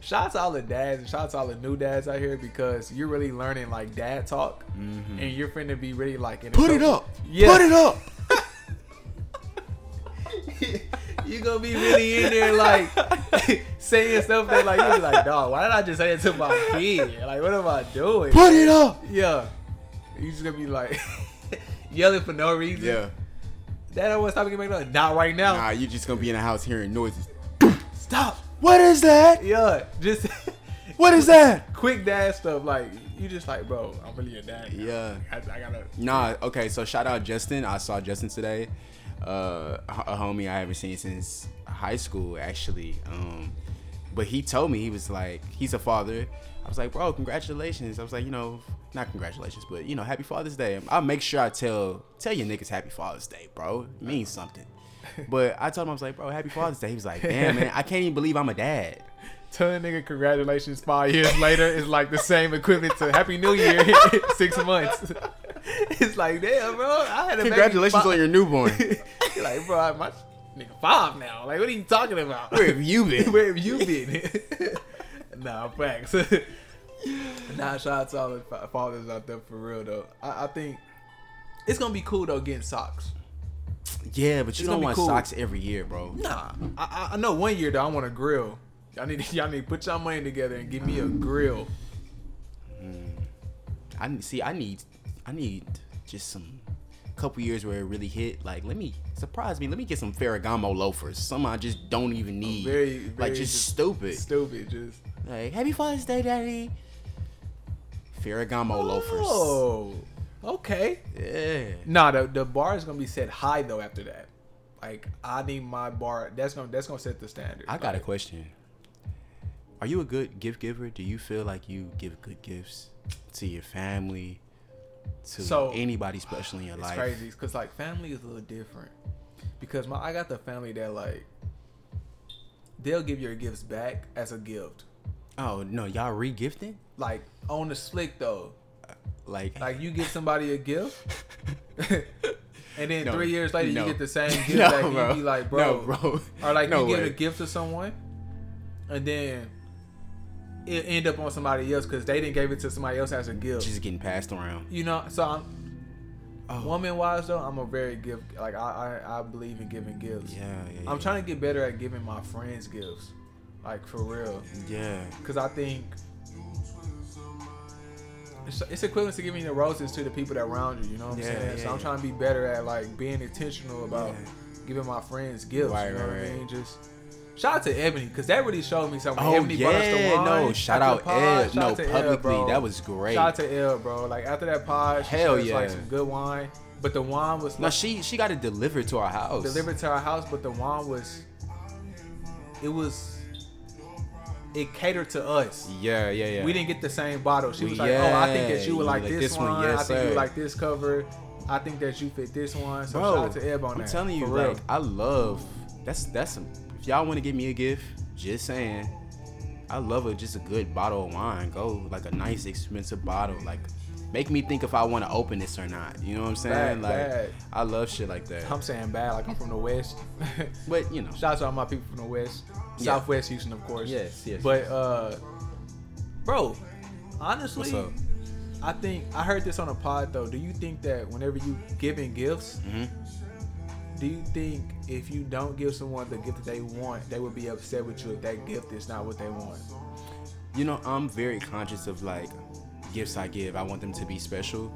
shout out to all the dads and shout out to all the new dads out here because you're really learning like dad talk, and you're finna be really like. in a
Put it
couple-
up.
Yeah.
Put it up.
you gonna be really in there like saying stuff that like you be like, dog, why did I just say it to my kid? Like, what am I doing?
Put it up.
Yeah, you just gonna be like yelling for no reason.
Yeah.
Dad, I want to stop and get back up. Not right now.
Nah, you're just gonna be in the house hearing noises.
Stop.
What is that?
Yeah, just
What is that?
quick dad stuff. Like you just like, bro, I'm really a dad. now.
Yeah.
I, I gotta.
Nah. Okay. So shout out Justin. I saw Justin today. Uh, a homie I haven't seen since high school actually. Um, but he told me he was like he's a father. I was like, bro, congratulations. I was like, you know, not congratulations, but you know, happy Father's Day. I'll make sure I tell tell your niggas happy Father's Day, bro. It means something. But I told him I was like, bro, happy Father's Day. He was like, damn man, I can't even believe I'm a dad.
Tell a nigga congratulations five years later is like the same equivalent to Happy New Year six months. It's like, damn, bro, I had a baby
Congratulations
fi-
on your newborn.
You're like, bro, I- my nigga five now. Like, what are you talking about?
Where have you been?
Where have you been? nah, facts. nah, shout out to all the fa- fathers out there for real though. I, I think it's gonna be cool though getting socks.
Yeah, but you
gonna
don't
be
want
cool.
socks every year, bro.
Nah, I, I- I know one year though I want a grill. Y'all need y'all need to put y'all money together and give me a grill.
I n- see. I need, I need just some couple years where it really hit. Like, let me surprise me. Let me get some Ferragamo loafers. Some I just don't even need.
very-
like
very
just,
just-
stupid.
Stupid, just
like, happy Father's Day, Daddy. Ferragamo loafers.
Oh, okay.
Yeah.
Nah, the the bar is gonna be set high though after that. Like I need my bar. That's gonna that's gonna set the standard.
I got a
Like,
question. Are you a good gift giver? Do you feel like you give good gifts to your family, to
So-
anybody special in your
It's
life?
crazy because like family is a little different. Because my I got the family that like they'll give your gifts back as a gift.
Oh no, y'all regifting?
Like on the slick though.
Like,
Like you give somebody a gift, and then
No.
three years later
No.
you get the same gift.
No,
like
bro.
you be like,
No,
bro,
bro.
or like
No
you
way.
give a gift to someone, and then it end up on somebody else because they didn't give it to somebody else as a gift.
just getting passed around.
You know, so I'm woman wise though, I'm a very gift. Like I, I, I believe in giving gifts.
Yeah, yeah.
I'm trying to get better at giving my friends gifts, like for real.
Yeah.
Because I think it's, it's equivalent to giving the roses to the people that around you. You know what I'm
Yeah,
saying?
yeah,
so I'm
yeah.
trying to be better at like being intentional about
Yeah.
giving my friends gifts.
Right,
you know
right,
what I
right.
mean? Just shout out to Ebony because that really showed me something.
Oh
Ebony brought us the
yeah,
wine
no, shout
after
out
the pod.
Ed.
Shout
No,
out to Ed,
publicly,
bro.
that was great.
Shout out to Elle, bro. Like after that pod, she
Hell
Hell yeah.
yeah.
like some good wine. But the wine was
No,
like
she she got it delivered to our house.
delivered to our house, but the wine was it was it catered to us.
Yeah, yeah, yeah.
We didn't get the same bottle. She was
We-
like, "Oh, I think that
yeah,
you would like, this, one.
yes,
I think you
sir."
would like this cover. I think that you fit this one." So
Bro,
shout out to Eb on
I'm
that.
telling you,
for real.
like, I love. That's that's. Some, if y'all want to give me a gift, just saying, I love a just a good bottle of wine. Go like a nice expensive bottle, like. Make me think if I want to open this or not. You know what I'm
Bad,
saying? like,
bad.
I love shit like that.
I'm saying bad. Like I'm from the west.
But you know,
shout out to all my people from the west,
Yeah.
Southwest Houston, of course.
Yes, yes,
But uh, bro,
what's
honestly,
up?
I think I heard this on a pod though. Do you think that whenever you giving gifts,
Mhm.
do you think if you don't give someone the gift that they want, they would be upset with you if that gift is not what they want?
you know i'm very conscious of like gifts i give i want them to be special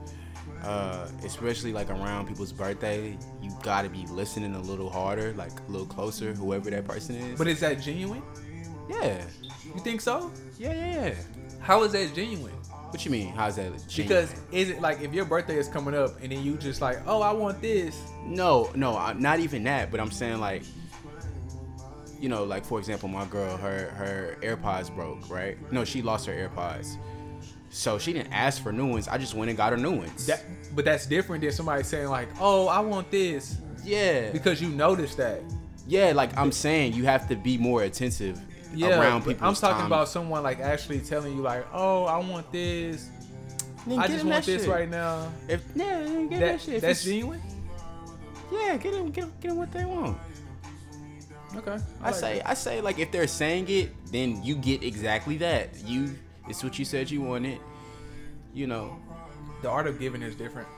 uh especially like around people's birthday you gotta be listening a little harder like a little closer whoever that person is
But is that genuine?
yeah
You think so?
yeah yeah yeah
How is that genuine?
what you mean how's that genuine?
Because is it like if your birthday is coming up and then you just like, oh, I want this.
No, no, I- not even that. But I'm saying like, you know, like for example, my girl, her her AirPods broke, right? No, she lost her AirPods, so she didn't ask for new ones. I just went and got her new ones.
That, but that's different than somebody saying like, oh, I want this
yeah,
because you noticed that.
yeah. Like I'm saying, you have to be more attentive
Yeah,
around
but
people.
I'm talking about someone like actually telling you like, oh, I want this. I just want this right now.
If yeah, then get that,
That,
shit. If
that's
it's-
genuine.
yeah, get them, get them, get them what they want.
Okay,
I
like
say,
that.
I say, like if they're saying it, then you get exactly that. You, it's what you said you wanted. You know,
the art of giving is different.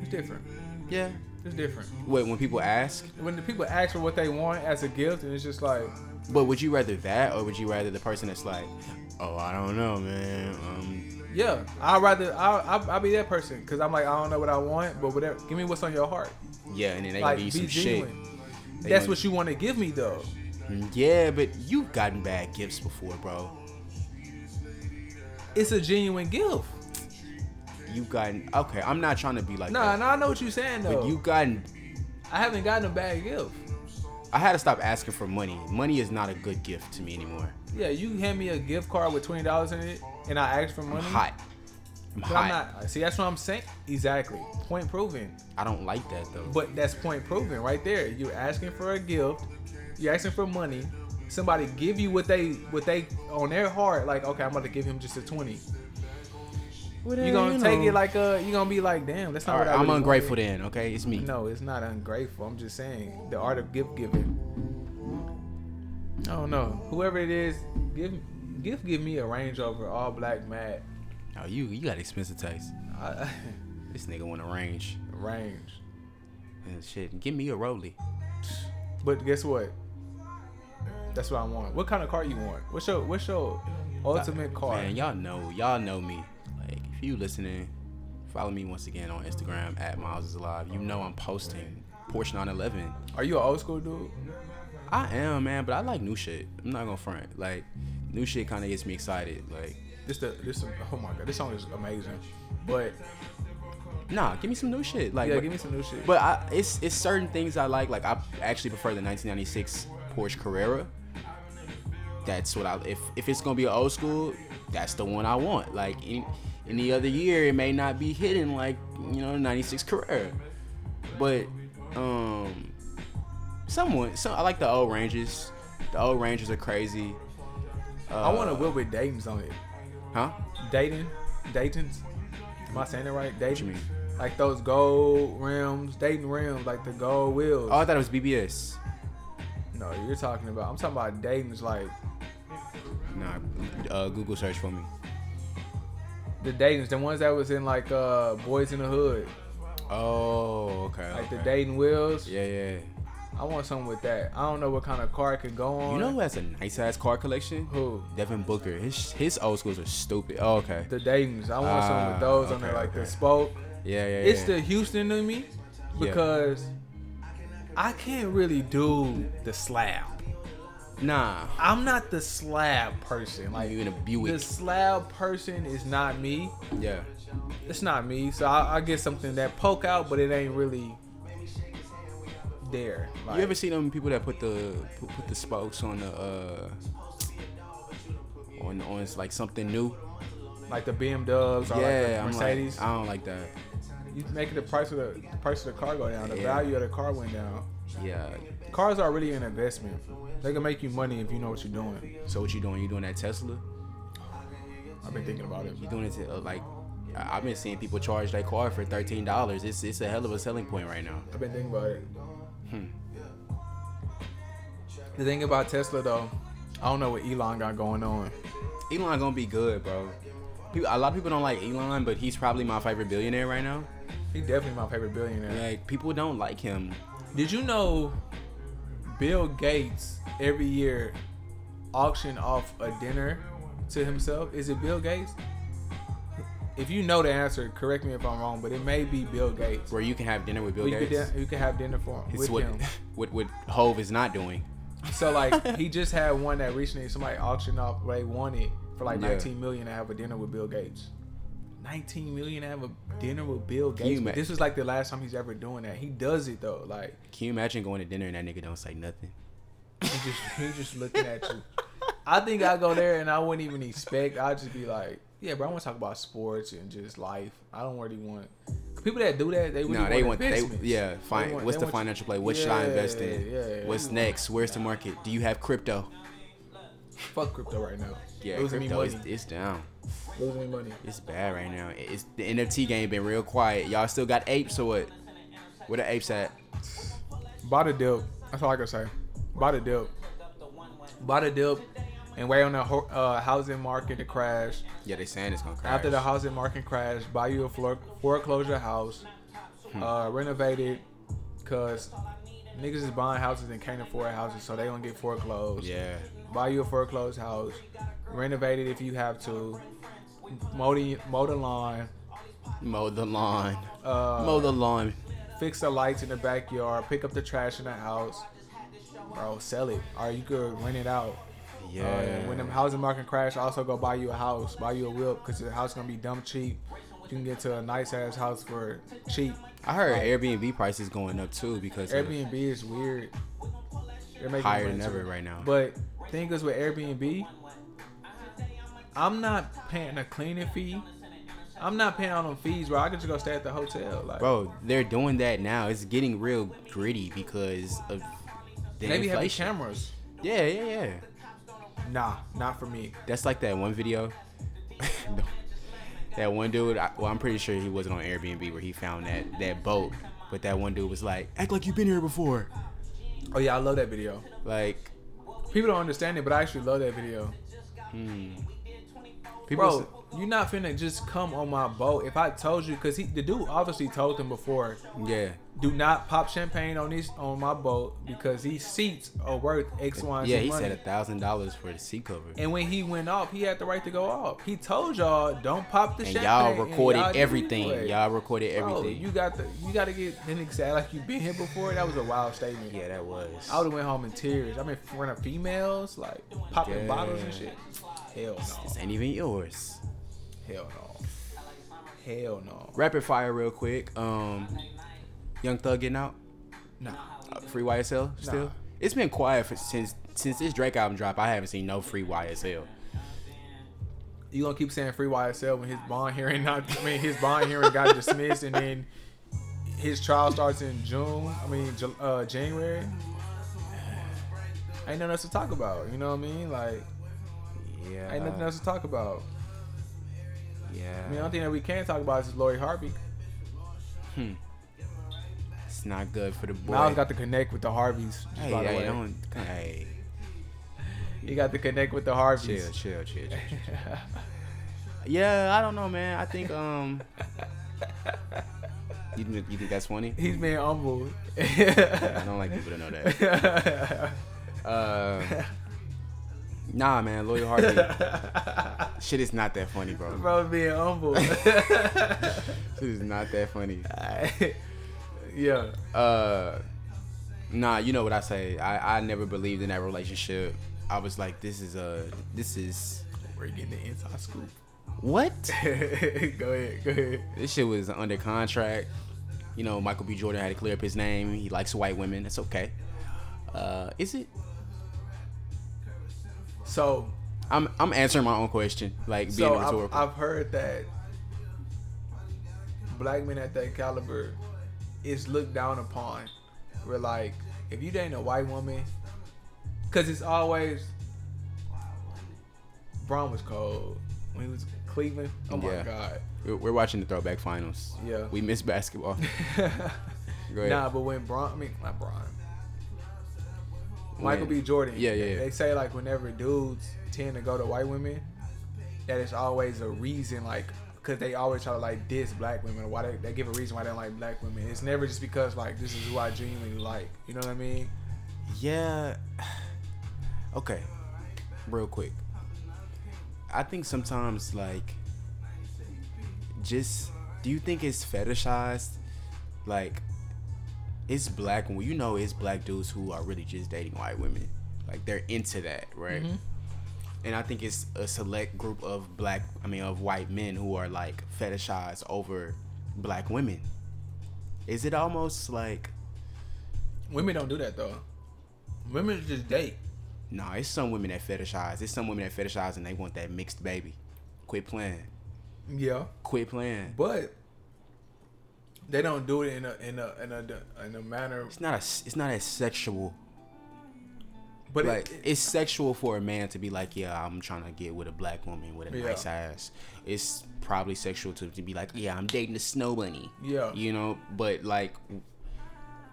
It's different.
yeah.
It's different.
Wait, when people ask,
When the people ask for what they want as a gift, and it's just like,
but would you rather that or would you rather the person that's like, oh, I don't know, man. Um,
Yeah, I'd rather I'll, I'll, I'll be that person because I'm like I don't know what I want, but whatever. Give me what's on your heart.
yeah, and then they
Like
give
be
you some
genuine.
shit. They
That's
gonna-
what you want to give me though.
Mm, Yeah, but you've gotten bad gifts before, bro.
It's a genuine gift.
You've gotten okay. I'm not trying to be like
Nah,
that,
nah, I know what you're saying though.
but you gotten.
I haven't gotten a bad gift.
I had to stop asking for money. Money is not a good gift to me anymore.
Yeah, you hand me a gift card with twenty dollars in it, and I ask for
I'm
money.
hot. I'm
But I'm
hot.
not. See, that's what I'm saying. Exactly. Point proven.
I don't like that though.
But that's point proven right there. You're asking for a gift. You're asking for money. Somebody give you what they what they on their heart. Like, okay, I'm about to give him just a twenty. You gonna take it like uh you gonna be like, damn, that's not
All right,
what I
I'm
really
ungrateful
wanted.
then. Okay, it's me.
No, it's not ungrateful. I'm just saying the art of gift giving. I don't know. Whoever it is, give Gift give me a Range Rover all black matte.
Oh, you you got expensive taste.
I,
This nigga want a range
range.
and shit. Give me a Rolly.
But guess what? That's what I want. What kind of car you want? What's your what's your ultimate car?
Man, y'all know y'all know me. Like if you listening, follow me once again on Instagram at Miles is Alive. You know I'm posting Porsche 911.
Are you an old school dude?
I am man, but I like new shit. I'm not gonna front. Like new shit kind of gets me excited. Like
This the this oh my god, this song is amazing. But
nah, give me some new shit. Like
yeah,
but-
give me some new shit.
But I, it's it's certain things I like. Like I actually prefer the 1996 Porsche Carrera. That's what I. If if it's gonna be an old school, that's the one I want. Like in any other year, it may not be hitting like you know 96 Carrera. But um, someone so I like the old Rangers. The old Rangers are crazy. Uh,
I want a wheel with Dayton's on it.
huh?
Dayton, Dayton's. Am I saying it right? Dayton.
mean?
Like those gold rims, Dayton rims, like the gold wheels.
Oh, I thought it was BBS.
no, you're talking about. I'm talking about Dayton's, like
Nah, uh, Google search for me.
the Dayton's, the ones that was in like uh Boys in the Hood,
Oh, okay.
like the
okay.
Dayton wheels.
Yeah, yeah.
I want something with that. I don't know what kind of car it could go on.
You know who has a nice ass car collection?
Who?
Devin Booker. His his old schools are stupid. Oh, okay.
the Dayton's. I want something with
Ah,
those on there,
okay,
like the
okay.
spoke.
Yeah, yeah, yeah.
It's the Houston in me because I can't really do the slab.
nah.
I'm not the slab person.
Like
Like
you in a Buick.
the slab person is not me.
yeah.
It's not me. So I, I get something that poke out, but it ain't really there. Like,
You ever see them people that put the put, put the spokes on the uh on on like something new?
like the BMWs or like
yeah,
the
I'm like
Mercedes?
I don't like that.
you making the price of the, the price of the car go down. The
Yeah.
value of the car went down.
Yeah.
Cars are really an investment. They can make you money if you know what you're doing.
So what you doing? You doing that Tesla?
I've been thinking about it.
You doing it to, uh, like I- I've been seeing people charge that car for thirteen dollars. It's it's a hell of a selling point right now.
I've been thinking about it.
Hmm.
The thing about Tesla though, I don't know what Elon got going on.
Elon gonna be good, bro. People, a lot of people don't like Elon, but he's probably my favorite billionaire right now.
He definitely my favorite billionaire.
Like people don't like him.
Did you know Bill Gates every year auction off a dinner to himself? Is it Bill Gates? If you know the answer, correct me if I'm wrong, but it may be Bill Gates.
Where you can have dinner with Bill
Who you, could,
Gates.
din- who could have dinner for
It's
with
what,
him.
what what Hove is not doing.
So like he just had one that recently somebody auctioned off what they wanted for like
Yeah.
19 million to have a dinner with Bill Gates. 19 million to have a dinner with Bill
you
Gates. But
imagine?
this was like the last time he's ever doing that. He does it though. Like
Can you imagine going to dinner and that nigga don't say nothing?
he just he's just looking at you. I think I go there and I wouldn't even expect. I'd just be like, yeah, bro, I want to talk about sports and just life. I don't really want people that do that. They really
no, they want
want
they
investments.
yeah. Fine.
want-
what's
they
the
want you-
financial play? What should I invest
Yeah,
in?
yeah, yeah.
What's next? Where's the market? Do you have crypto?
fuck crypto right now?
Yeah,
losing me
crypto
money.
is it's down.
losing me money.
It's bad right now. It's the NFT game been real quiet. Y'all still got apes or what? Where the apes at?
Buy the dip. That's all I can say. Buy the dip. Buy the dip and wait on the ho- uh, housing market to crash.
Yeah, they saying it's gonna crash.
After the housing market crash, buy you a floor- foreclosure house, uh, renovate it, cause niggas is buying houses and can't afford houses, so they gonna get foreclosed.
yeah,
Buy you a foreclosed house, renovate it if you have to, mow the, mow the lawn,
mow the lawn,
uh,
mow the lawn.
fix the lights in the backyard, pick up the trash in the house, bro, sell it, or you could rent it out.
Yeah,
Uh, when the housing market crash, also go buy you a house, buy you a whip, cause the house gonna be dumb cheap. You can get to a nice ass house for cheap.
I heard Airbnb prices going up too because of
Oh. Airbnb is weird. They're making
higher
money
than ever
too.
right now.
But thing is with Airbnb, I'm not paying a cleaning fee. I'm not paying all them fees, bro. I could just go stay at the hotel. Like,
Bro, they're doing that now. It's getting real gritty because of the
maybe have
inflation.
cameras.
Yeah, yeah, yeah.
Nah, not for me.
That's like that one video. that one dude. I, well, I'm pretty sure he wasn't on Airbnb where he found that that boat. But that one dude was like, "Act like you've been here before."
Oh yeah, I love that video.
Like,
People don't understand it, but I actually love that video.
People
Bro,
s-
you not finna just come on my boat. If I told you, cause he the dude obviously told him before,
yeah.
do not pop champagne on this on my boat because these seats are worth X, Y, and
Yeah,
Z
he
money.
said a thousand dollars for the seat cover. And,
And when he went off, he had the right to go off. He told y'all, don't pop the champagne.
y'all
and
recorded
y'all did
everything.
anyway.
Y'all recorded
Bro,
everything.
you got the you got to get an exact like you been here before. That was a wild statement.
yeah, that was.
I would have went home in tears. I'm in front of females, like popping
Yeah.
bottles and shit. Hell
This
no.
ain't even yours.
Hell no. Hell no.
Rapid fire, real quick. Um, Young Thug getting out.
Nah.
Uh, free YSL still.
Nah.
It's been quiet for, since since this Drake album drop. I haven't seen no free YSL.
You gonna keep saying free YSL when his bond hearing not? I mean, his bond hearing got dismissed, and then his trial starts in June. I mean, Ju- uh, January. Ain't nothing else to talk about. You know what I mean? Like,
Yeah.
ain't nothing else to talk about.
Yeah.
I mean, the only thing that we can talk about is Lori Harvey.
it's not good for the boy.
Miles got to connect with the Harveys. Just
hey,
by the
hey,
way.
don't. Hey,
You got to connect with the Harveys.
chill, chill, chill, chill. Yeah, I don't know, man. I think um. You think, you think that's funny?
He's being humble.
I don't like people to know that. Uh, nah, man, Loyal Harvey. Shit is not that funny, bro.
Bro, being humble.
Shit is not that funny.
yeah.
Uh, nah, you know what I say. I, I never believed in that relationship. I was like, this is a, this is
We're getting the inside scoop.
what?
go ahead, go ahead.
This shit was under contract. You know, Michael B. Jordan had to clear up his name. He likes white women. That's okay. Uh, is it?
So,
I'm I'm answering my own question, like being
so I've,
rhetorical.
I've heard that black men at that caliber is looked down upon. We're like, if you dating a white woman, because it's always Braun was cold when he was Cleveland. Oh my
Yeah.
god.
We're- We're watching the throwback finals.
Yeah.
we missed basketball. Go ahead.
Nah, but when Bron, I mean not Bron, Michael
When-
B. Jordan.
Yeah, yeah, yeah.
They say like whenever dudes tend to go to white women, that it's always a reason like because they always try to like diss black women. Why they, they give a reason why they don't like black women? It's never just because like this is who I genuinely like. You know what I mean?
Yeah. Okay. Real quick. I think sometimes like just do you think it's fetishized? Like it's black and you know it's black dudes who are really just dating white women. Like they're into that, right? And I think it's a select group of black I mean of white men who are like fetishized over black women. Is it almost like
Women don't do that though. Women just date.
No, it's some women that fetishize. It's some women that fetishize and they want that mixed baby. Quit playing.
Yeah,
Quit playing.
but they don't do it in a in a in a in a manner.
It's not a. It's not as sexual.
But
Like
it,
it's sexual for a man to be like, yeah, I'm trying to get with a black woman with a
Yeah.
nice ass. It's probably sexual to, to be like, yeah, I'm dating a snow bunny.
Yeah.
You know, but like,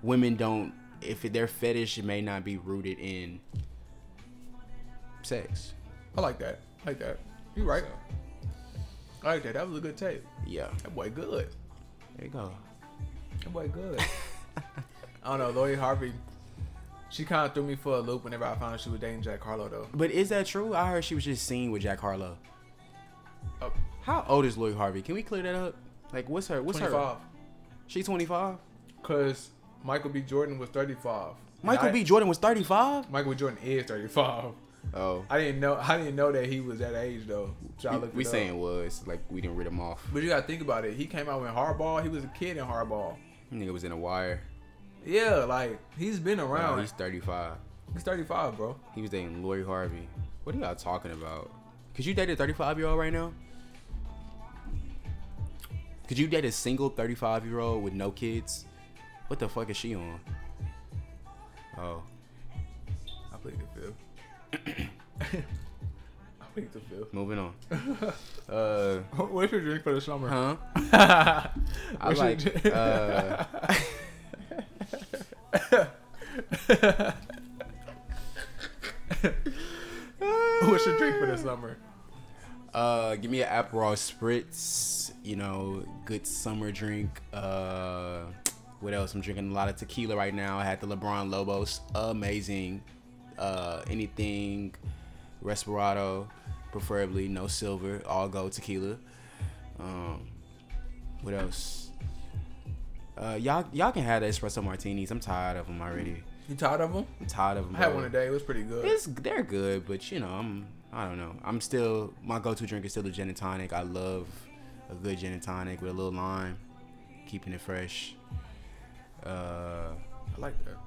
women don't. If their fetish it may not be rooted in sex.
I like that. I like that. You right. I like that. That was a good tape.
Yeah.
That boy good.
There you go.
That boy good. I don't know. Lori Harvey, she kind of threw me for a loop whenever I found out she was dating Jack Harlow though.
But is that true? I heard she was just seen with Jack Harlow.
Oh,
How old is Lori Harvey? Can we clear that up? Like, what's her? What's her?
25.
She 25.
Cause Michael B. Jordan was 35. And
Michael
I-
B. Jordan was 35.
Michael B. Jordan is 35.
Oh,
I didn't know. I didn't know that he was that age though. So I
we,
looked
we
it up.
saying was like we didn't rid him off.
But you gotta think about it. He came out with Hardball. He was a kid in Hardball.
Nigga was in a wire.
Yeah, like he's been
Wow,
around.
he's 35.
he's 35, bro.
He was dating Lori Harvey. What are y'all talking about? Could you date a 35 year old right now? Could you date a single 35 year old with no kids? What the fuck is she on? Oh,
I plead the fifth. I plead the fifth.
moving on. uh,
What's your drink for the summer?
huh? I
What's your
like.
drink-
Uh,
What's your drink for the summer?
Uh, give me an Aperol Spritz. You know, good summer drink. Uh, what else? I'm drinking a lot of tequila right now. I had the LeBron Lobos, amazing. Uh, anything, Respirado, preferably no silver, all gold tequila. Um, what else? Uh, y'all, y'all can have the espresso martinis. I'm tired of them already.
You tired of them?
I'm tired of them.
I had
bro.
one today. It was pretty good.
It's they're good, but you know, I'm I don't know. I'm still my go-to drink is still the gin and tonic. I love a good gin and tonic with a little lime, keeping it fresh. Uh,
I like that.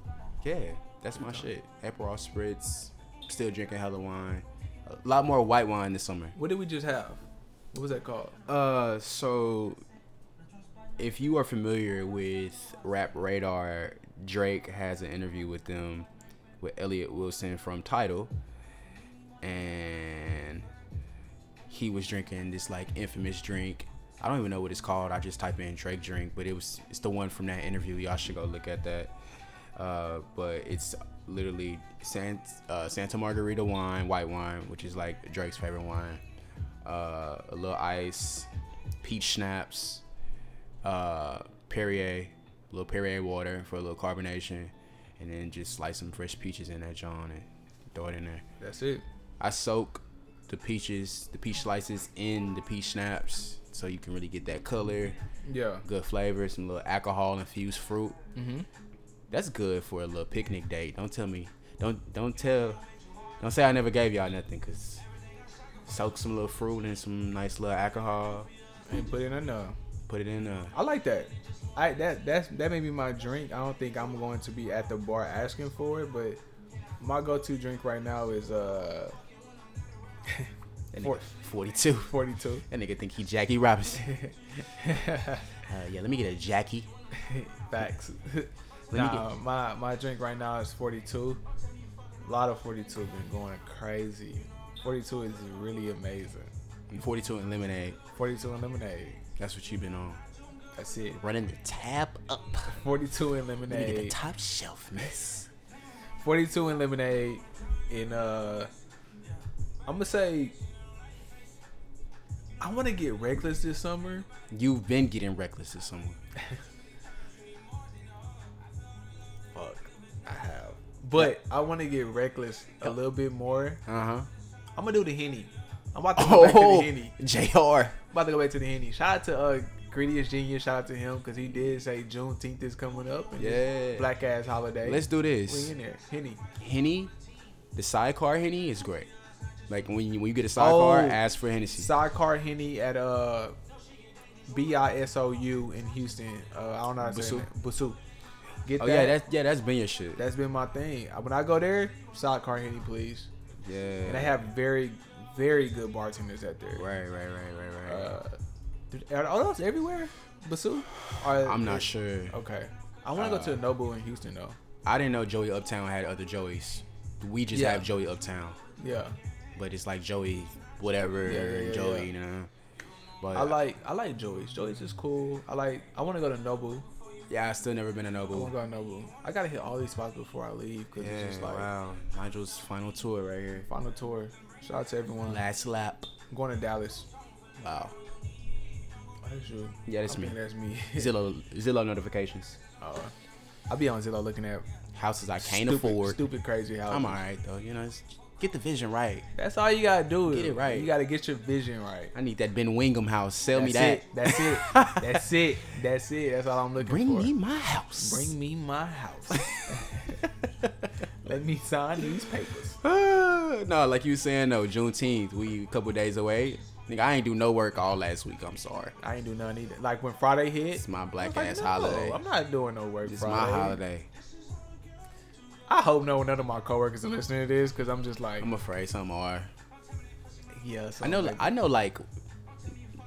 yeah, that's my shit. Aperol spritz. Still drinking hella wine. A lot more white wine this summer.
What did we just have? What was that called?
Uh, so if you are familiar with Rap Radar, Drake has an interview with them with Elliot Wilson from Title, and he was drinking this like infamous drink. I don't even know what it's called. I just type in Drake drink, but it was it's the one from that interview. Y'all should go look at that. Uh, but it's literally San, uh, Santa Margarita wine, white wine, which is like Drake's favorite wine. Uh, a little ice, peach schnapps, uh, Perrier, a little Perrier water for a little carbonation, and then just slice some fresh peaches in that John and throw it in there.
That's it.
I soak the peaches, the peach slices in the peach snaps, so you can really get that color,
Yeah.
good flavor, some little alcohol infused fruit.
Mm-hmm.
That's good for a little picnic date. Don't tell me, don't don't tell, don't say I never gave y'all nothing, cause soak some little fruit and some nice little alcohol,
And put in another.
put it in uh, a
I like that. I that that's that may be my drink. I don't think I'm going to be at the bar asking for it, but my go-to drink right now is uh
that
Four-
nigga 42.
42.
That nigga think he Jackie Robinson. Uh, yeah, let me get a Jackie.
Facts.
Let me
nah, my my drink right now is 42. A lot of 42 been going crazy. 42 is really amazing.
42 and lemonade.
42 and lemonade.
That's what you've been on.
That's it.
Running the tab up.
42 and
Let me get the
lemonade.
top shelf, miss.
42 and lemonade. And uh, I'm gonna say I want to get reckless this summer.
You've been getting reckless to someone.
Fuck, I have. But I want to get reckless a little bit more.
Uh huh.
I'm gonna do the henny. I'm about to go back to the
Oh,
henny.
JR.
About to go back to the Henny. Shout out to uh, Greediest Genius. Shout out to him because he did say Juneteenth is coming up. And it's
Yeah.
Black ass holiday.
Let's do
We
this.
in there. Henny.
Henny, the sidecar Henny is great. Like when you, when you get a sidecar,
Oh.
ask for Hennessy.
Sidecar Henny at uh, BISOU in Houston. Uh, I don't know how to say
Busu.
it. Busu. Get
oh
that.
yeah, that's yeah, that's been your shit.
that's been my thing. Uh, When I go there, sidecar Henny, please.
yeah.
And they have very, very good bartenders at there.
right, right, right, right, right.
Uh, are all those everywhere? Busu? Or-
I'm not sure. Uh,
Okay. I want to go to a Nobu in Houston though.
I didn't know Joey Uptown had other Joeys. We just
Yeah.
have Joey Uptown.
Yeah.
but it's like Joey, whatever,
Yeah, yeah, yeah,
Joey,
yeah.
you know. But
I like I like Joey's. Joey's is cool. I like I want to go to Nobu.
yeah, I still never been to
I want
Nobu.
to go to Nobu. I gotta hit all these spots before I leave because
Yeah,
Oh it's just like
wow, Nigel's final tour right here,
final tour. Shout out to everyone.
last lap.
I'm going to Dallas.
Wow,
That's you.
Yeah, that's
I think
me.
That's me.
Zillow, Zillow notifications,
Uh, I be on Zillow looking at
houses I can't
stupid,
afford.
stupid crazy houses.
I'm alright though, you know. it's- Get the vision right.
That's all you gotta do.
Get it right.
You gotta get your vision right.
I need that Ben Wingham house. Sell me that.
That's it. That's it. That's it. That's it. That's all I'm looking
Bring
for.
me my house.
Bring me my house. Let me sign these papers.
Ah, no, like you was saying though, Juneteenth, we a couple days away. Nigga, I ain't do no work all last week. I'm sorry.
I ain't do nothing either. Like when Friday hit,
It's my
I
black
was like,
ass
"No,
holiday.
I'm not doing no work
It's
Friday.
my holiday.
I hope no none of my coworkers are listening to this because I'm just like,
I'm afraid some are.
yeah.
I know.
Like,
I know. Like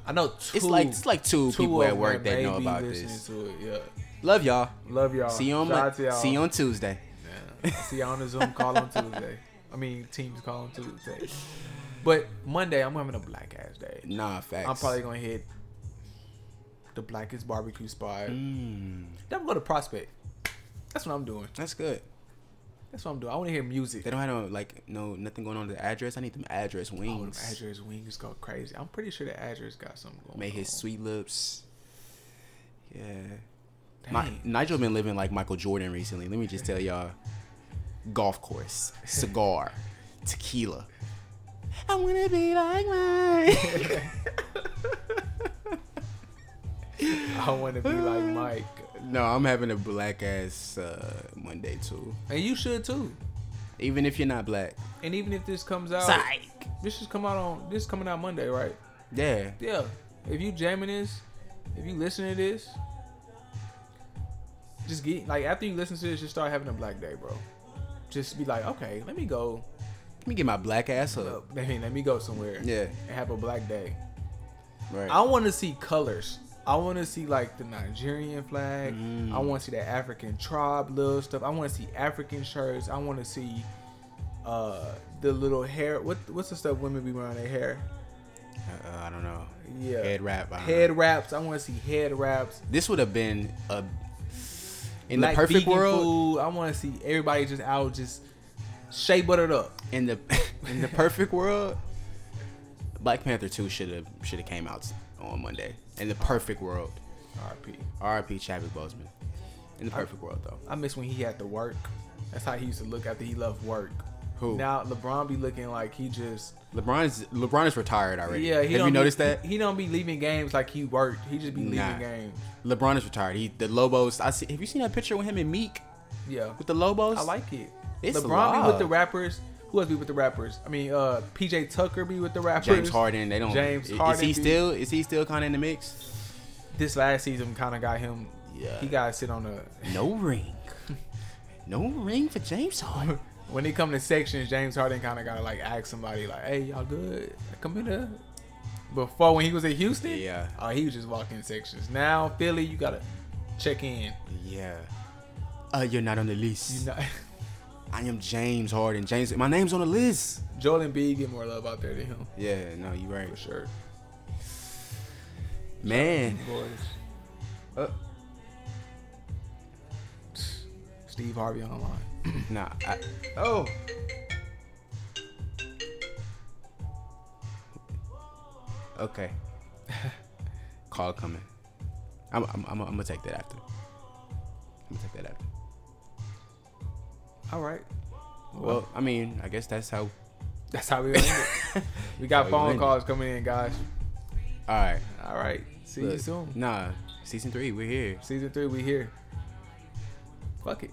I know. Two,
it's like it's like two,
two
people
of
at
them
work that
may
know
be
about
listening
this.
To it. Yeah.
Love y'all.
Love y'all.
see you on
Uh, Shout
Mon-
out to y'all.
see you on Tuesday.
Yeah. See you on the Zoom call on Tuesday. I mean, Teams call on Tuesday. But Monday, I'm having a black ass day.
Nah, facts.
I'm probably gonna hit the blackest barbecue spot.
Mm,
Then I'm gonna go to Prospect. That's what I'm doing.
that's good.
That's what I'm doing. I want to hear music.
They don't have no like no nothing going on with the address. I need them address
Oh, them
wings.
Address wings go crazy. I'm pretty sure the address got something going.
Made his
on.
sweet lips. Yeah.
Dang.
My, Nigel been living like Michael Jordan recently. Let me just tell y'all: golf course, cigar, tequila. I wanna be like mine.
I want to be like Mike,
no, I'm having a black ass uh, Monday too.
and you should too.
Even if you're not black,
And even if this comes out,
psych.
this is come out on this coming out Monday, right?
Yeah,
Yeah. If you jamming this, if you listen to this, just get like after you listen to this, just start having a black day, bro. Just be like, okay, let me go.
let me get my black ass up.
I mean, let me go somewhere.
Yeah,
And have a black day.
right.
I want to see colors. I want to see like the Nigerian flag.
Mm.
I want to see that African tribe little stuff. I want to see African shirts. I want to see uh the little hair. What what's the stuff women be wearing their hair?
uh, I don't know.
Yeah.
Head wrap. I don't know.
Head wraps. I want to see head wraps.
This would have been a in
Black
the perfect
vegan
world.
food. I want to see everybody just out just shea buttered up.
In the in the perfect world, Black Panther two should have should have came out on Monday. In the perfect world,
R.P.
R.I.P. Chadwick Boseman. In the perfect world though,
I miss when he had to work. That's how he used to look after he left work.
Who?
Now LeBron be looking like he just
LeBron's LeBron is retired already.
yeah. He
have
don't
you
be-
noticed that?
he don't be leaving games like he worked. He just be leaving
Nah.
games.
LeBron is retired. He the Lobos. I see. Have you seen that picture with him and Meek
Yeah,
with the Lobos?
I like it.
It's
LeBron be
live.
with the rappers. Who else be with the rappers? I mean, uh, PJ Tucker be with the rappers.
James Harden. They don't.
James
i- is,
Harden
he
be-
still? Is he still kind of in the mix?
This last season kind of got him.
Yeah.
He got to sit on the
No ring. No ring for James Harden.
When they come to sections, James Harden kind of gotta like ask somebody like, "Hey, y'all good? Come in here." Before when he was at Houston,
Yeah.
oh, he was just walking sections. Now Philly, you gotta check in.
Yeah. Uh, you're not on the list.
You know,
I am James Harden. James, my name's on the list.
Joel and B get more love out there than him
Yeah, no, you right,
for sure.
man.
Boys,
Uh,
Steve Harvey online.
nah. I, oh. Okay. Call coming. I'm, I'm, I'm, I'm gonna take that after. I'm gonna take that after.
All right,
Well, I mean, I guess that's how. All
that's how we gonna end it. We got
That's how we
phone
end it.
calls coming in, guys.
right.
All right, see you
look,
soon.
Nah, season three, we're here.
Season three, we here. Fuck it.